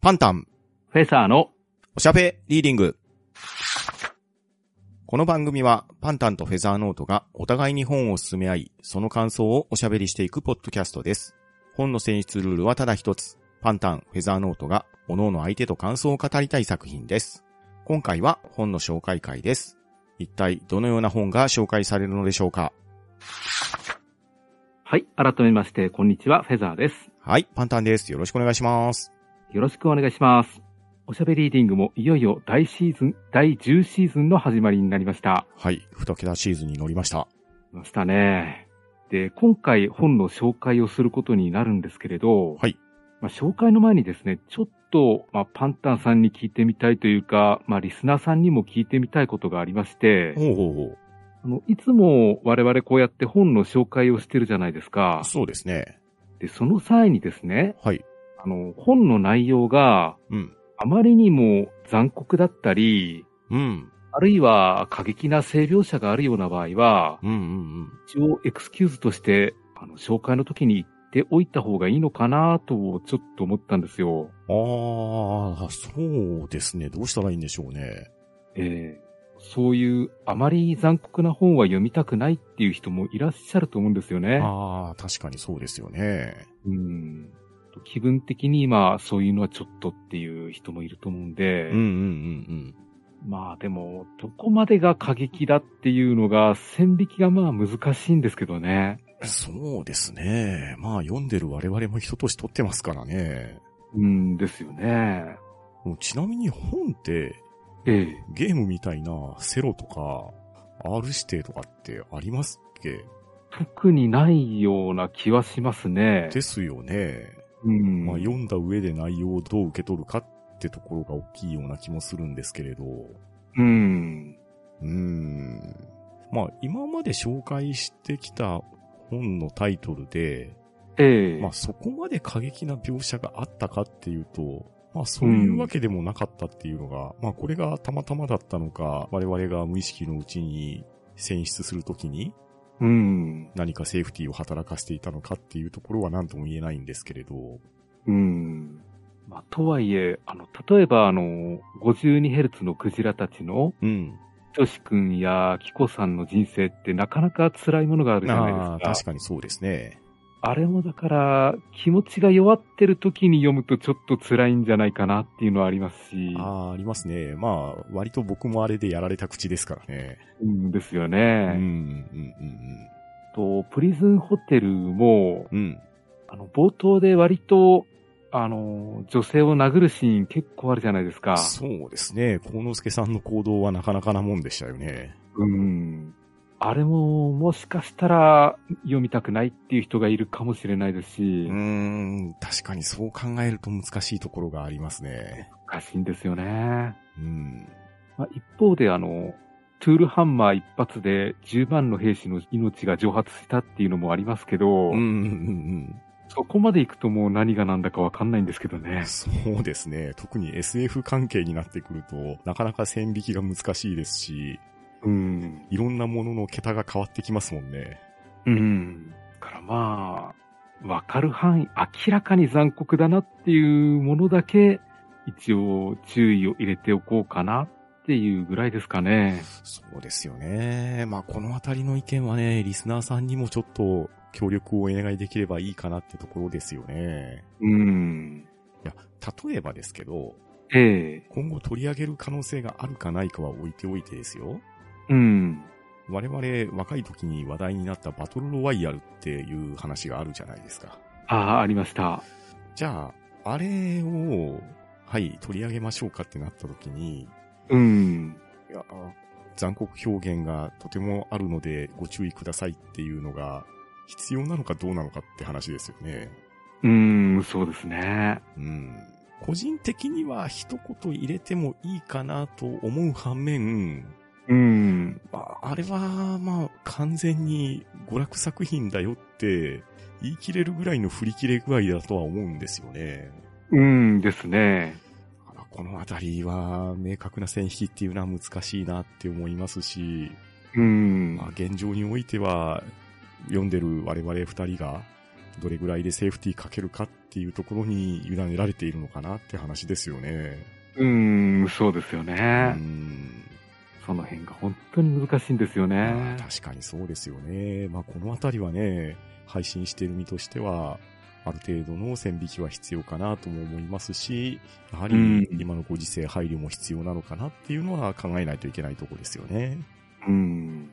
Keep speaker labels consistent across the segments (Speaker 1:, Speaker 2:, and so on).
Speaker 1: パンタン、
Speaker 2: フェザーの、
Speaker 1: おしゃべリーディング。この番組は、パンタンとフェザーノートがお互いに本を進め合い、その感想をおしゃべりしていくポッドキャストです。本の選出ルールはただ一つ。パンタン、フェザーノートが、各々相手と感想を語りたい作品です。今回は本の紹介会です。一体どのような本が紹介されるのでしょうか
Speaker 2: はい、改めまして、こんにちは、フェザーです。
Speaker 1: はい、パンタンです。よろしくお願いします。
Speaker 2: よろしくお願いします。おしゃべりーディングもいよいよ大シーズン、第10シーズンの始まりになりました。
Speaker 1: はい、二桁シーズンに乗りました。
Speaker 2: ましたね。で、今回本の紹介をすることになるんですけれど、
Speaker 1: はい。
Speaker 2: まあ、紹介の前にですね、ちょっと、まあ、パンタンさんに聞いてみたいというか、まあ、リスナーさんにも聞いてみたいことがありまして、
Speaker 1: ほうほうほ
Speaker 2: あの、いつも我々こうやって本の紹介をしてるじゃないですか
Speaker 1: う。。そうですね。
Speaker 2: で、その際にですね、
Speaker 1: はい。
Speaker 2: あの、本の内容が
Speaker 1: うん。
Speaker 2: あまりにも残酷だったり、
Speaker 1: うん。
Speaker 2: あるいは過激な性描写があるような場合は、
Speaker 1: うんうんうん。
Speaker 2: 一応エクスキューズとして、あの、紹介の時に言っておいた方がいいのかなと、ちょっと思ったんですよ。
Speaker 1: ああ、そうですね。どうしたらいいんでしょうね。
Speaker 2: えーそういうあまり残酷な本は読みたくないっていう人もいらっしゃると思うんですよね。
Speaker 1: ああ、確かにそうですよね。
Speaker 2: うん気分的に今、そういうのはちょっとっていう人もいると思うんで、
Speaker 1: うんうんうん
Speaker 2: まあでも、どこまでが過激だっていうのが、線引きがまあ難しいんですけどね。
Speaker 1: うん。そうですね。まあ、読んでる我々も人として撮ってますからね。
Speaker 2: うんですよね。
Speaker 1: もうちなみに本って
Speaker 2: ええ。
Speaker 1: ゲームみたいなセロとか R 指定とかってありますっけ
Speaker 2: 特にないような気はしますね。
Speaker 1: ですよね。
Speaker 2: うん。
Speaker 1: まあ、読んだ上で内容をどう受け取るかってところが大きいような気もするんですけれど。
Speaker 2: うん。
Speaker 1: うーん。まあ、今まで紹介してきた本のタイトルで、
Speaker 2: ええ。
Speaker 1: まあ、そこまで過激な描写があったかっていうと、まあ、そういうわけでもなかったっていうのが、まあ、これがたまたまだったのか、我々が無意識のうちに選出するときに
Speaker 2: うん。
Speaker 1: 何かセーフティーを働かせていたのかっていうところは何とも言えないんですけれど。
Speaker 2: うん。まあ、とはいえ、あの、例えばあの、52Hz のクジラたちの、
Speaker 1: うん。
Speaker 2: トシ君やキコさんの人生ってなかなか辛いものがあるじゃないです
Speaker 1: ああ、
Speaker 2: か。
Speaker 1: 確かにそうですね。
Speaker 2: あれもだから、気持ちが弱ってる時に読むとちょっと辛いんじゃないかなっていうのはありますし、
Speaker 1: ああ、ありますね。まあ、割と僕もあれでやられた口ですからね。
Speaker 2: うんですよ
Speaker 1: うん、うん
Speaker 2: ね。、
Speaker 1: うん、
Speaker 2: と、プリズンホテルも、
Speaker 1: うん。うん。
Speaker 2: あの、冒頭で割と、あの、女性を殴るシーン結構あるじゃないですか。
Speaker 1: そうですね。幸之助さんの行動はなかなかなもんでしたよね。
Speaker 2: うん。あれも、もしかしたら、読みたくないっていう人がいるかもしれないです
Speaker 1: う
Speaker 2: し、
Speaker 1: ーん、確かにそう考えると難しいところがありますね。
Speaker 2: おかしいんですよね。
Speaker 1: うん。
Speaker 2: まあ、一方で、あの、トゥールハンマー一発で10万の兵士の命が蒸発したっていうのもありますけ
Speaker 1: う
Speaker 2: ど、
Speaker 1: ん、うん、うん
Speaker 2: そこまで行くともう何が何だかわかんないんですけど
Speaker 1: う
Speaker 2: ね
Speaker 1: ん。。そうですね。特に SF 関係になってくると、なかなか線引きが難しいですし、
Speaker 2: うん。
Speaker 1: いろんなものの桁が変わってきますもんね。
Speaker 2: うん。だからまあ、わかる範囲、明らかに残酷だなっていうものだけ、一応注意を入れておこうかなっていうぐらいですかね。
Speaker 1: そうですよね。まあ、このあたりの意見はね、リスナーさんにもちょっと協力をお願いできればいいかなってところですよね。
Speaker 2: うん。
Speaker 1: いや、例えばですけど、
Speaker 2: ええ
Speaker 1: 今後取り上げる可能性があるかないかは置いておいてですよ。
Speaker 2: うん。
Speaker 1: 我々若い時に話題になったバトルロワイヤルっていう話があるじゃないですか。
Speaker 2: ああ、ありました。
Speaker 1: じゃあ、あれを、はい、取り上げましょうかってなった時に、
Speaker 2: うん。
Speaker 1: いやあ残酷表現がとてもあるのでご注意くださいっていうのが必要なのかどうなのかって話ですよね。
Speaker 2: うん、そうですね。
Speaker 1: うん。個人的には一言入れてもいいかなと思う反面、
Speaker 2: うん。
Speaker 1: まあ、あれは、まあ、完全に娯楽作品だよって言い切れるぐらいの振り切れ具合だとは思うんですよね。
Speaker 2: うんですね。
Speaker 1: だからこのあたりは明確な線引きっていうのは難しいなって思いますし、
Speaker 2: うん。
Speaker 1: まあ、現状においては、読んでる我々二人が、どれぐらいでセーフティーかけるかっていうところに委ねられているのかなって話ですよね。
Speaker 2: うーん、そうですよ
Speaker 1: う
Speaker 2: ね。
Speaker 1: ん。
Speaker 2: その辺が本当に難しいんですよ
Speaker 1: まあ
Speaker 2: ね。
Speaker 1: 確かにそうですよね。まあこのあたりはね、配信している身としては、ある程度の線引きは必要かなとも思いますし、やは
Speaker 2: うん
Speaker 1: り今のご時世配慮も必要なのかなっていうのは考えないといけないところですよね。
Speaker 2: うん。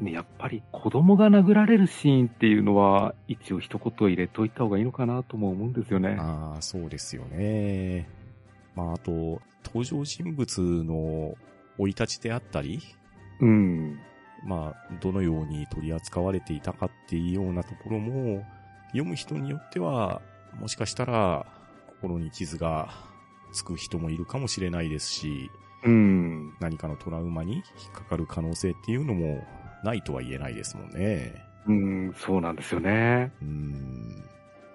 Speaker 2: ね、やっぱり子供が殴られるシーンっていうのは、一応一言入れといた方がいいのかなとも思うんですよね。
Speaker 1: ああ、そうですよね。まああと、登場人物の生い立ちであったり、
Speaker 2: うん。
Speaker 1: まあ、どのように取り扱われていたかっていうようなところも、読む人によっては、もしかしたら、心に傷がつく人もいるかもしれないですし、
Speaker 2: うん。
Speaker 1: 何かのトラウマに引っかかる可能性っていうのも、ないとは言えないですもんね。
Speaker 2: うん、そうなんですよね。
Speaker 1: うーん。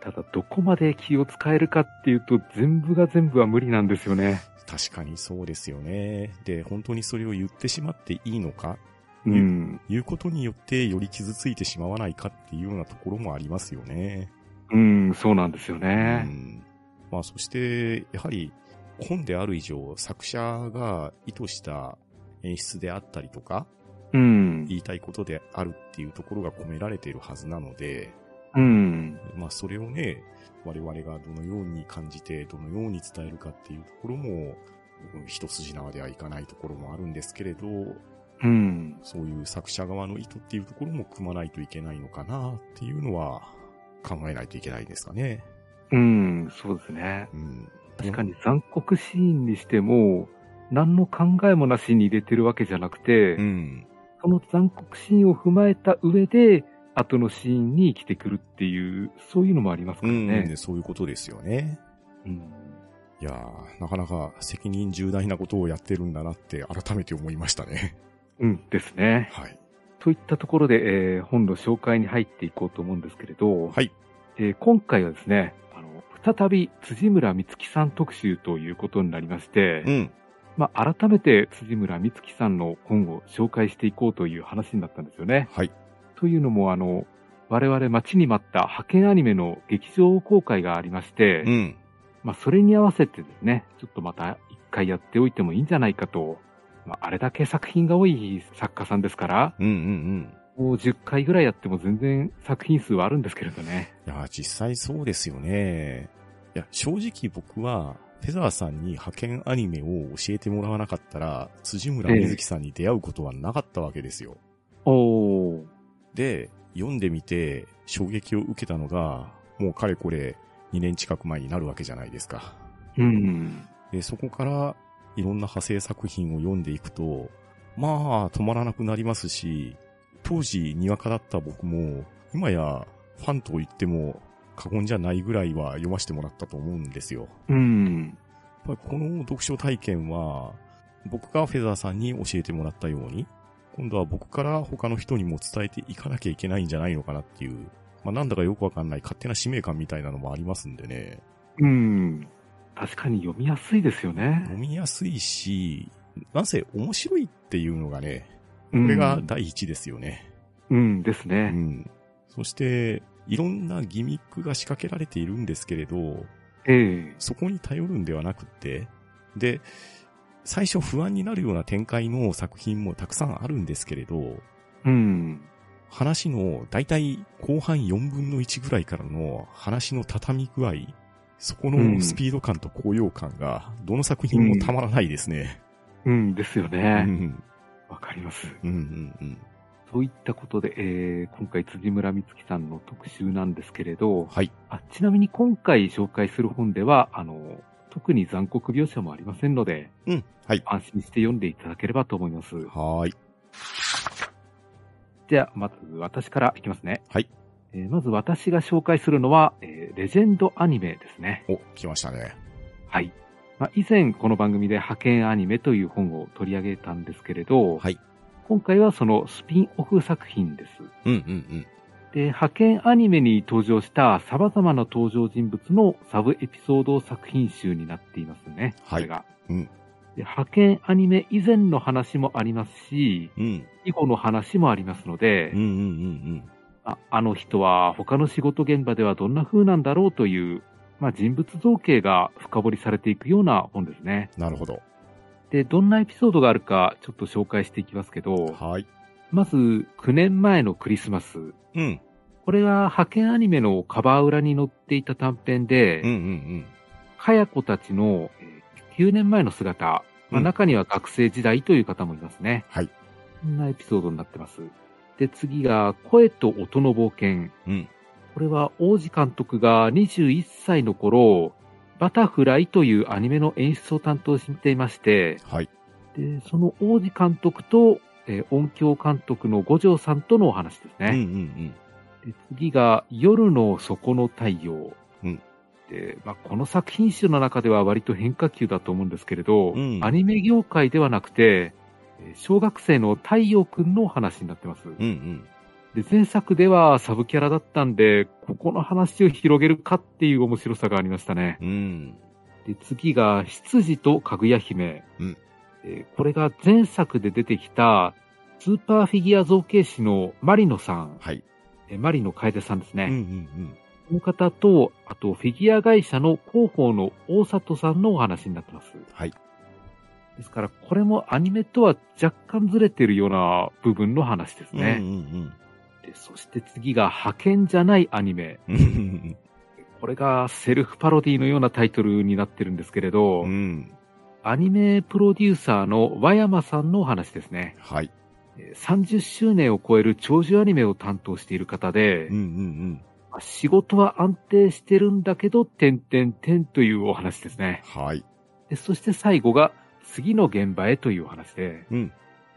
Speaker 2: ただ、どこまで気を使えるかっていうと、全部が全部は無理なんですよね。
Speaker 1: 確かにそうですよね。で、本当にそれを言ってしまっていいのか、
Speaker 2: うん。
Speaker 1: 言うことによってより傷ついてしまわないかっていうようなところもありますよね。
Speaker 2: うん、そうなんですよ
Speaker 1: う
Speaker 2: ね。
Speaker 1: んまあそして、やはり本である以上、作者が意図した演出であったりとか、
Speaker 2: うん。
Speaker 1: 言いたいことであるっていうところが込められているはずなので、
Speaker 2: うん。
Speaker 1: まあそれをね、我々がどのように感じて、どのように伝えるかっていうところも、うん一筋縄ではいかないところもあるんですけれど、
Speaker 2: うん。
Speaker 1: そういう作者側の意図っていうところも組まないといけないのかなっていうのは考えないといけないですかね。
Speaker 2: うん、そうですね。
Speaker 1: うん。
Speaker 2: 確かに残酷シーンにしても、何の考えもなしに入れてるわけじゃなくて、
Speaker 1: うん。
Speaker 2: その残酷シーンを踏まえた上で、後のシーンに生きてくるっていう、そういうのもありますからね。
Speaker 1: うん、そういうことですよね。
Speaker 2: うん
Speaker 1: いやー、なかなか責任重大なことをやってるんだなって改めて思いました ね。
Speaker 2: うんですね。
Speaker 1: はい。
Speaker 2: といったところで、えー本の紹介に入っていこうと思うんですけれど、
Speaker 1: はい。
Speaker 2: えー今回はですね、あの再び辻村美月さん特集ということになりまして、
Speaker 1: うん。
Speaker 2: まあ、改めて辻村美月さんの本を紹介していこうという話になったんですよね。
Speaker 1: はい。
Speaker 2: というのも、あの、我々待ちに待った派遣アニメの劇場公開がありまして、
Speaker 1: うん。
Speaker 2: まあ、それに合わせてですね、ちょっとまた一回やっておいてもいいんじゃないかと、まあ、あれだけ作品が多い作家さんですから、
Speaker 1: うんうんうん。
Speaker 2: もう10回ぐらいやっても全然作品数はあるんですけれどね。
Speaker 1: いやー、実際そうですよね。いや、正直僕は、フェザーさんに派遣アニメを教えてもらわなかったら、辻村瑞希さんに出会うことはなかったわけですよ。
Speaker 2: おー。
Speaker 1: で、読んでみて衝撃を受けたのが、もうかれこれ2年近く前になるわけじゃないですか。
Speaker 2: うん。
Speaker 1: で、そこからいろんな派生作品を読んでいくと、まあ、止まらなくなりますし、当時にわかだった僕も、今やファンと言っても過言じゃないぐらいは読ませてもらったと思うんですよ。
Speaker 2: うん。
Speaker 1: やっぱりこの読書体験は、僕がフェザーさんに教えてもらったように、今度は僕から他の人にも伝えていかなきゃいけないんじゃないのかなっていう、まあなんだかよくわかんない勝手な使命感みたいなのもありますんでね。
Speaker 2: うん。確かに読みやすいですよ
Speaker 1: 読
Speaker 2: ね。
Speaker 1: みやすいし、なんせ面白いっていうのがね、こ
Speaker 2: こ
Speaker 1: れが第一ですよね。
Speaker 2: うんです
Speaker 1: う
Speaker 2: ね。
Speaker 1: ん。そして、いろんなギミックが仕掛けられているんですけれど、
Speaker 2: ええ
Speaker 1: そこに頼るんではなくって、で、最初不安になるような展開の作品もたくさんあるんですけれど、
Speaker 2: うん。
Speaker 1: 話の大体後半4分の1ぐらいからの話の畳み具合、そこのスピード感と高揚感が、どの作品もたまらないですね。
Speaker 2: うんですよ
Speaker 1: う
Speaker 2: ね。
Speaker 1: ん。
Speaker 2: わ、かります。
Speaker 1: うんうんうん。
Speaker 2: といったことで、えー今回辻村美月さんの特集なんですけれど、
Speaker 1: はい。
Speaker 2: あちなみに今回紹介する本では、あの、特に残酷描写もありませんので、
Speaker 1: うん。はい。
Speaker 2: 安心して読んでいただければと思います。
Speaker 1: はーい。
Speaker 2: じゃあ、まず私からいきますね。
Speaker 1: はい。
Speaker 2: えーまず私が紹介するのは、えーレジェンドアニメですね。
Speaker 1: お、来ましたね。
Speaker 2: はい。まあ、以前この番組で派遣アニメという本を取り上げたんですけれど、
Speaker 1: はい
Speaker 2: 今回はそのスピンオフ作品です。
Speaker 1: うんうん
Speaker 2: で、派遣アニメに登場した様々な登場人物のサブエピソード作品集になっていますね。
Speaker 1: はい
Speaker 2: これが。
Speaker 1: うん
Speaker 2: で派遣アニメ以前の話もありますし、
Speaker 1: うん。うん。
Speaker 2: 以後の話もありますので、
Speaker 1: うんうんうん
Speaker 2: ああの人は他の仕事現場ではどんな風なんだろうという、まあ、人物造形が深掘りされていくような本ですね。
Speaker 1: なるほど。
Speaker 2: で、どんなエピソードがあるかちょっと紹介していきますけど、
Speaker 1: はい。
Speaker 2: まず9年前のクリスマス。
Speaker 1: うん。
Speaker 2: これは派遣アニメのカバー裏に載っていた短編で、
Speaker 1: うんうんうん。
Speaker 2: かや子たちのえー9年前の姿、まあ
Speaker 1: うん
Speaker 2: 中には学生時代という方もいますね。
Speaker 1: はい。
Speaker 2: こんなエピソードになってます。で、次が、声と音の冒険。
Speaker 1: うん。
Speaker 2: これは、王子監督が21歳の頃、バタフライというアニメの演出を担当していまして、
Speaker 1: はい。
Speaker 2: で、その王子監督と、えー音響監督の五条さんとのお話ですね。
Speaker 1: うんうん
Speaker 2: で次が、夜の底の太陽。
Speaker 1: うん
Speaker 2: でまあ、この作品集の中では割と変化球だと思うんですけれど、
Speaker 1: うん
Speaker 2: アニメ業界ではなくて、えー小学生の太陽くんのお話になってます。
Speaker 1: うん。うんうん。
Speaker 2: で前作ではサブキャラだったんで、ここの話を広げるかっていう面白さがありましたね。
Speaker 1: うん。
Speaker 2: で次が、執事とかぐや姫。
Speaker 1: うん
Speaker 2: えーこれが前作で出てきた、スーパーフィギュア造形師のマリノさん、
Speaker 1: はい。
Speaker 2: えーマリノ楓さんですね。
Speaker 1: うんうん
Speaker 2: この方と、あとフィギュア会社の広報の大里さんのお話になってます。
Speaker 1: はい。
Speaker 2: ですから、これもアニメとは若干ずれてるような部分の話です
Speaker 1: うん。う
Speaker 2: ね。
Speaker 1: んうん
Speaker 2: でそして次が派遣じゃないアニメ。
Speaker 1: うん。うん
Speaker 2: これがセルフパロディのようなタイトルになってるんですけれど、
Speaker 1: うんうん。
Speaker 2: アニメプロデューサーの和山さんのお話ですね。
Speaker 1: はい。
Speaker 2: えー30周年を超える長寿アニメを担当している方で、
Speaker 1: うんうん
Speaker 2: まあ仕事は安定してるんだけど、点々点というお話ですね。
Speaker 1: うん。はい。
Speaker 2: で、そして最後が次の現場へというお話で、
Speaker 1: うん。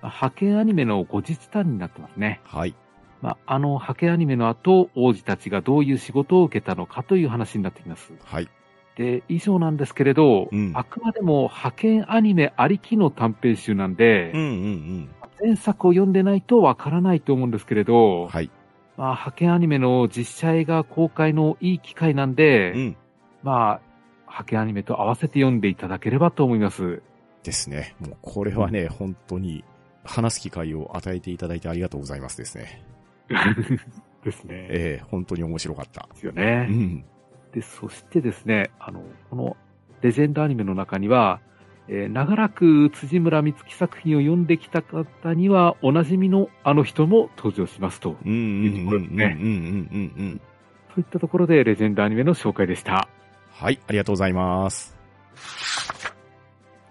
Speaker 2: まあ派遣アニメの後日談になってますね。
Speaker 1: はい。
Speaker 2: まあ、あの派遣アニメの後、王子たちがどういう仕事を受けたのかという話になってきます。
Speaker 1: はい。
Speaker 2: で、以上なんですけれど、
Speaker 1: うん
Speaker 2: あくまでも派遣アニメありきの短編集なんで、
Speaker 1: うんうん
Speaker 2: 前作を読んでないとわからないと思うんですけれ
Speaker 1: うん。
Speaker 2: ど、
Speaker 1: はい。
Speaker 2: まあ、派遣アニメの実写映画公開のいい機会なんで、
Speaker 1: うん。
Speaker 2: まあ、派遣アニメと合わせて読んでいただければと思 います。
Speaker 1: ですね。もうこれはね、本当に話す機会を与えていただいてありがとうございますですね。
Speaker 2: ですね。
Speaker 1: ええ本当に面白かった。
Speaker 2: ですよ
Speaker 1: う
Speaker 2: ね。
Speaker 1: ん。
Speaker 2: で、そしてですね、あの、このレジェンドアニメの中には、えー長らく辻村美月作品を読んできた方には、おなじみのあの人も登場しますと。
Speaker 1: うんうんうんうんうんうんうんうん。
Speaker 2: そういったところで、レジェンドアニメの紹介でした。
Speaker 1: はい、ありがとうございます。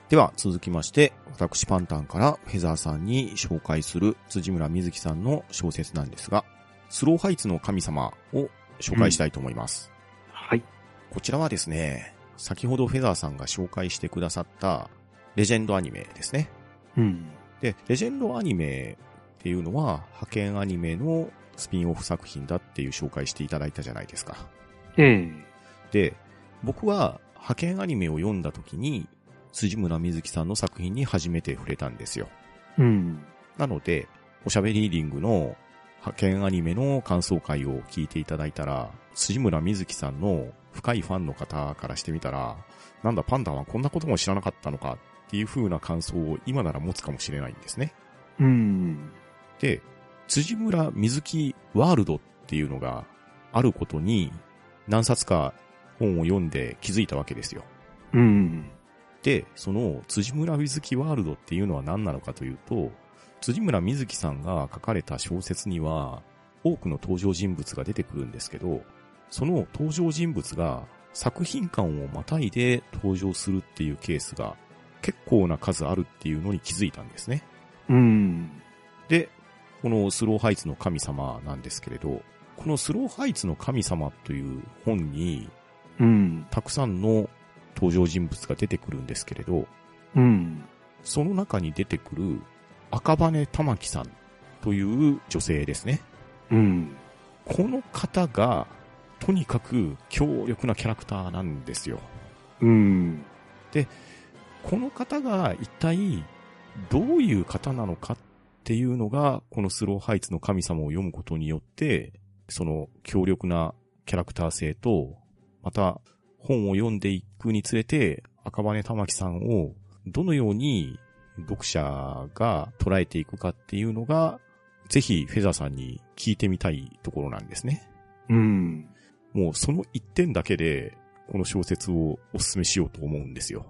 Speaker 1: では続きまして、私パンタンからフェザーさんに紹介する辻村瑞希さんの小説なんですが、スローハイツの神様を紹介したいと思います。
Speaker 2: はい。
Speaker 1: こちらはですね、先ほどフェザーさんが紹介してくださったレジェンドアニメですね。
Speaker 2: うん。
Speaker 1: で、レジェンドアニメっていうのは派遣アニメのスピンオフ作品だっていう紹介していただいたじゃないですか。
Speaker 2: ええ
Speaker 1: で、僕は派遣アニメを読んだ時に、辻村瑞希さんの作品に初めて触れたんですよ。
Speaker 2: うん。
Speaker 1: なので、おしゃべりーディングの派遣アニメの感想会を聞いていただいたら、辻村瑞希さんの深いファンの方からしてみたら、なんだパンダはこんなことも知らなかったのかっていう風な感想を今なら持つかもしれないんですね。
Speaker 2: うん。
Speaker 1: で、辻村水木ワールドっていうのがあることに何冊か本を読んで気づいたわけですよ。
Speaker 2: うん。
Speaker 1: で、その辻村水木ワールドっていうのは何なのかというと、辻村水木さんが書かれた小説には多くの登場人物が出てくるんですけど、その登場人物が作品間をまたいで登場するっていうケースが結構な数あるっていうのに気づいたんですね。
Speaker 2: うん。
Speaker 1: で、このスローハイツの神様なんですけれど、このスローハイツの神様という本に
Speaker 2: うん。
Speaker 1: たくさんの登場人物が出てくるんですけれど、
Speaker 2: うん。
Speaker 1: その中に出てくる赤羽玉木さんという女性ですね。
Speaker 2: うん。
Speaker 1: この方がとにかく強力なキャラクターなんですよ。
Speaker 2: うん。
Speaker 1: この方が一体どういう方なのかっていうのが、このスローハイツの神様を読むことによって、その強力なキャラクター性と、また本を読んでいくにつれて、赤羽玉木さんをどのように読者が捉えていくかっていうのが、ぜひフェザーさんに聞いてみたいところなんですね。
Speaker 2: うん。
Speaker 1: もうその一点だけで、この小説をお勧めしようと思うんですよ。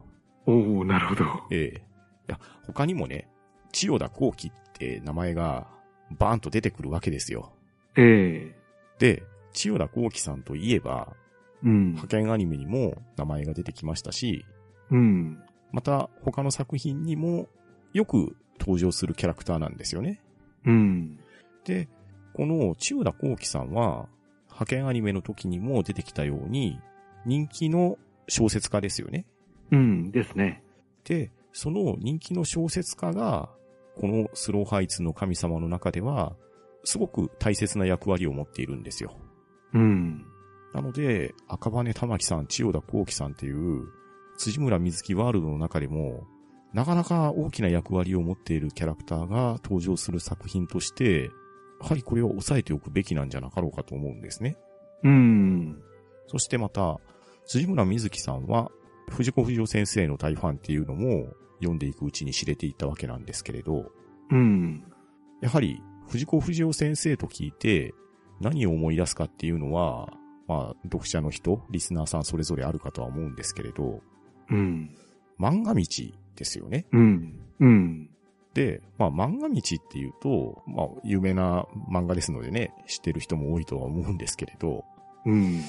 Speaker 2: おおなるほど。
Speaker 1: ええいや、他にもね、千代田光輝って名前がバーンと出てくるわけですよ。
Speaker 2: ええ
Speaker 1: で、千代田光輝さんといえば、
Speaker 2: うん。
Speaker 1: 派遣アニメにも名前が出てきましたし、
Speaker 2: うん。
Speaker 1: また他の作品にもよく登場するキャラクターなんですよね。
Speaker 2: うん。
Speaker 1: で、この千代田光輝さんは、派遣アニメの時にも出てきたように、人気の小説家ですよね。
Speaker 2: うんですね。
Speaker 1: で、その人気の小説家が、このスローハイツの神様の中では、すごく大切な役割を持っているんですよ。
Speaker 2: うん。
Speaker 1: なので、赤羽玉木さん、千代田光輝さんっていう、辻村水木ワールドの中でも、なかなか大きな役割を持っているキャラクターが登場する作品として、やはりこれを抑えておくべきなんじゃなかろうかと思うんですね。
Speaker 2: うん。
Speaker 1: そしてまた、辻村水木さんは、藤子不二雄先生の大ファンっていうのも読んでいくうちに知れていったわけなんですけれど、
Speaker 2: うん。
Speaker 1: やはり藤子不二雄先生と聞いて何を思い出すかっていうのは、まあ、読者の人、リスナーさんそれぞれあるかとは思うんですけれど、
Speaker 2: うん。
Speaker 1: 漫画道ですよね。
Speaker 2: うん。うん。
Speaker 1: で、まあ漫画道っていうと、まあ有名な漫画ですのでね、知ってる人も多いとは思うんですけれど、
Speaker 2: うん。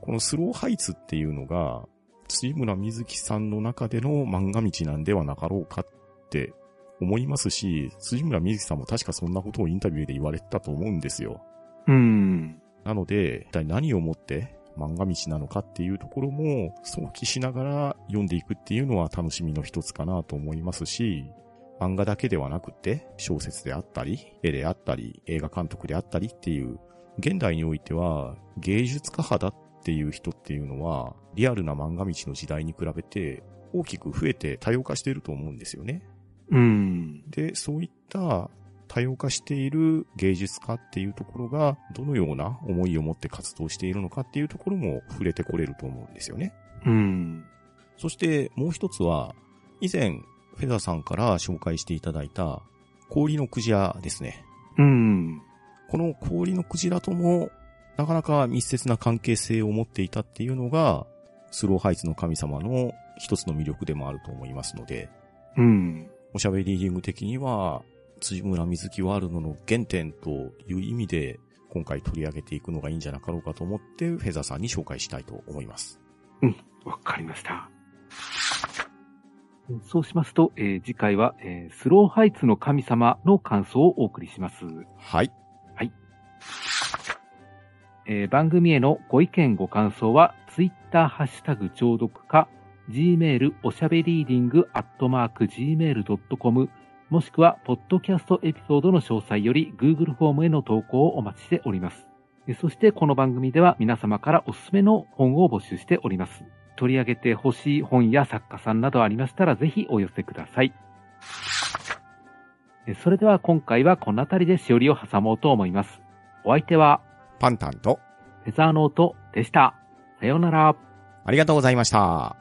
Speaker 1: このスローハイツっていうのが、辻村瑞希さんの中での漫画道なんではなかろうかって思いますし、辻村瑞希さんも確かそんなことをインタビューで言われてたと思うんですよ。
Speaker 2: うん。
Speaker 1: なので、一体何をもって漫画道なのかっていうところも想起しながら読んでいくっていうのは楽しみの一つかなと思いますし、漫画だけではなくて、小説であったり、絵であったり、映画監督であったりっていう、現代においては芸術家派だっていう人っていうのは、リアルな漫画道の時代に比べて大きく増えて多様化していると思うんですよね。
Speaker 2: うん。
Speaker 1: で、そういった多様化している芸術家っていうところが、どのような思いを持って活動しているのかっていうところも触れてこれると思うんですよね。
Speaker 2: うん。
Speaker 1: そしてもう一つは、以前、フェザーさんから紹介していただいた、氷のクジラですね。
Speaker 2: うん。
Speaker 1: この氷のクジラとも、なかなか密接な関係性を持っていたっていうのが、スローハイツの神様の一つの魅力でもあると思いますので、
Speaker 2: うん。
Speaker 1: おしゃべりリーディング的には、辻村水木ワールドの原点という意味で、今回取り上げていくのがいいんじゃなかろうかと思って、フェザーさんに紹介したいと思います。
Speaker 2: わかりました。そうしますと、えー次回は、えースローハイツの神様の感想をお送りします。
Speaker 1: はい。
Speaker 2: えー番組へのご意見ご感想は、ツイッターハッシュタグ聴読か、gmail おしゃべりーディングアットマーク gmail.com、もしくは、ポッドキャストエピソードの詳細より Google フォームへの投稿をお待ちしております。えーそして、この番組では皆様からおすすめの本を募集しております。取り上げてほしい本や作家さんなどありましたら、ぜひお寄せください。えーそれでは今回はこの辺りでしおりを挟もうと思います。お相手は、
Speaker 1: パンタンと、
Speaker 2: フェザーノートでした。さようなら。
Speaker 1: ありがとうございました。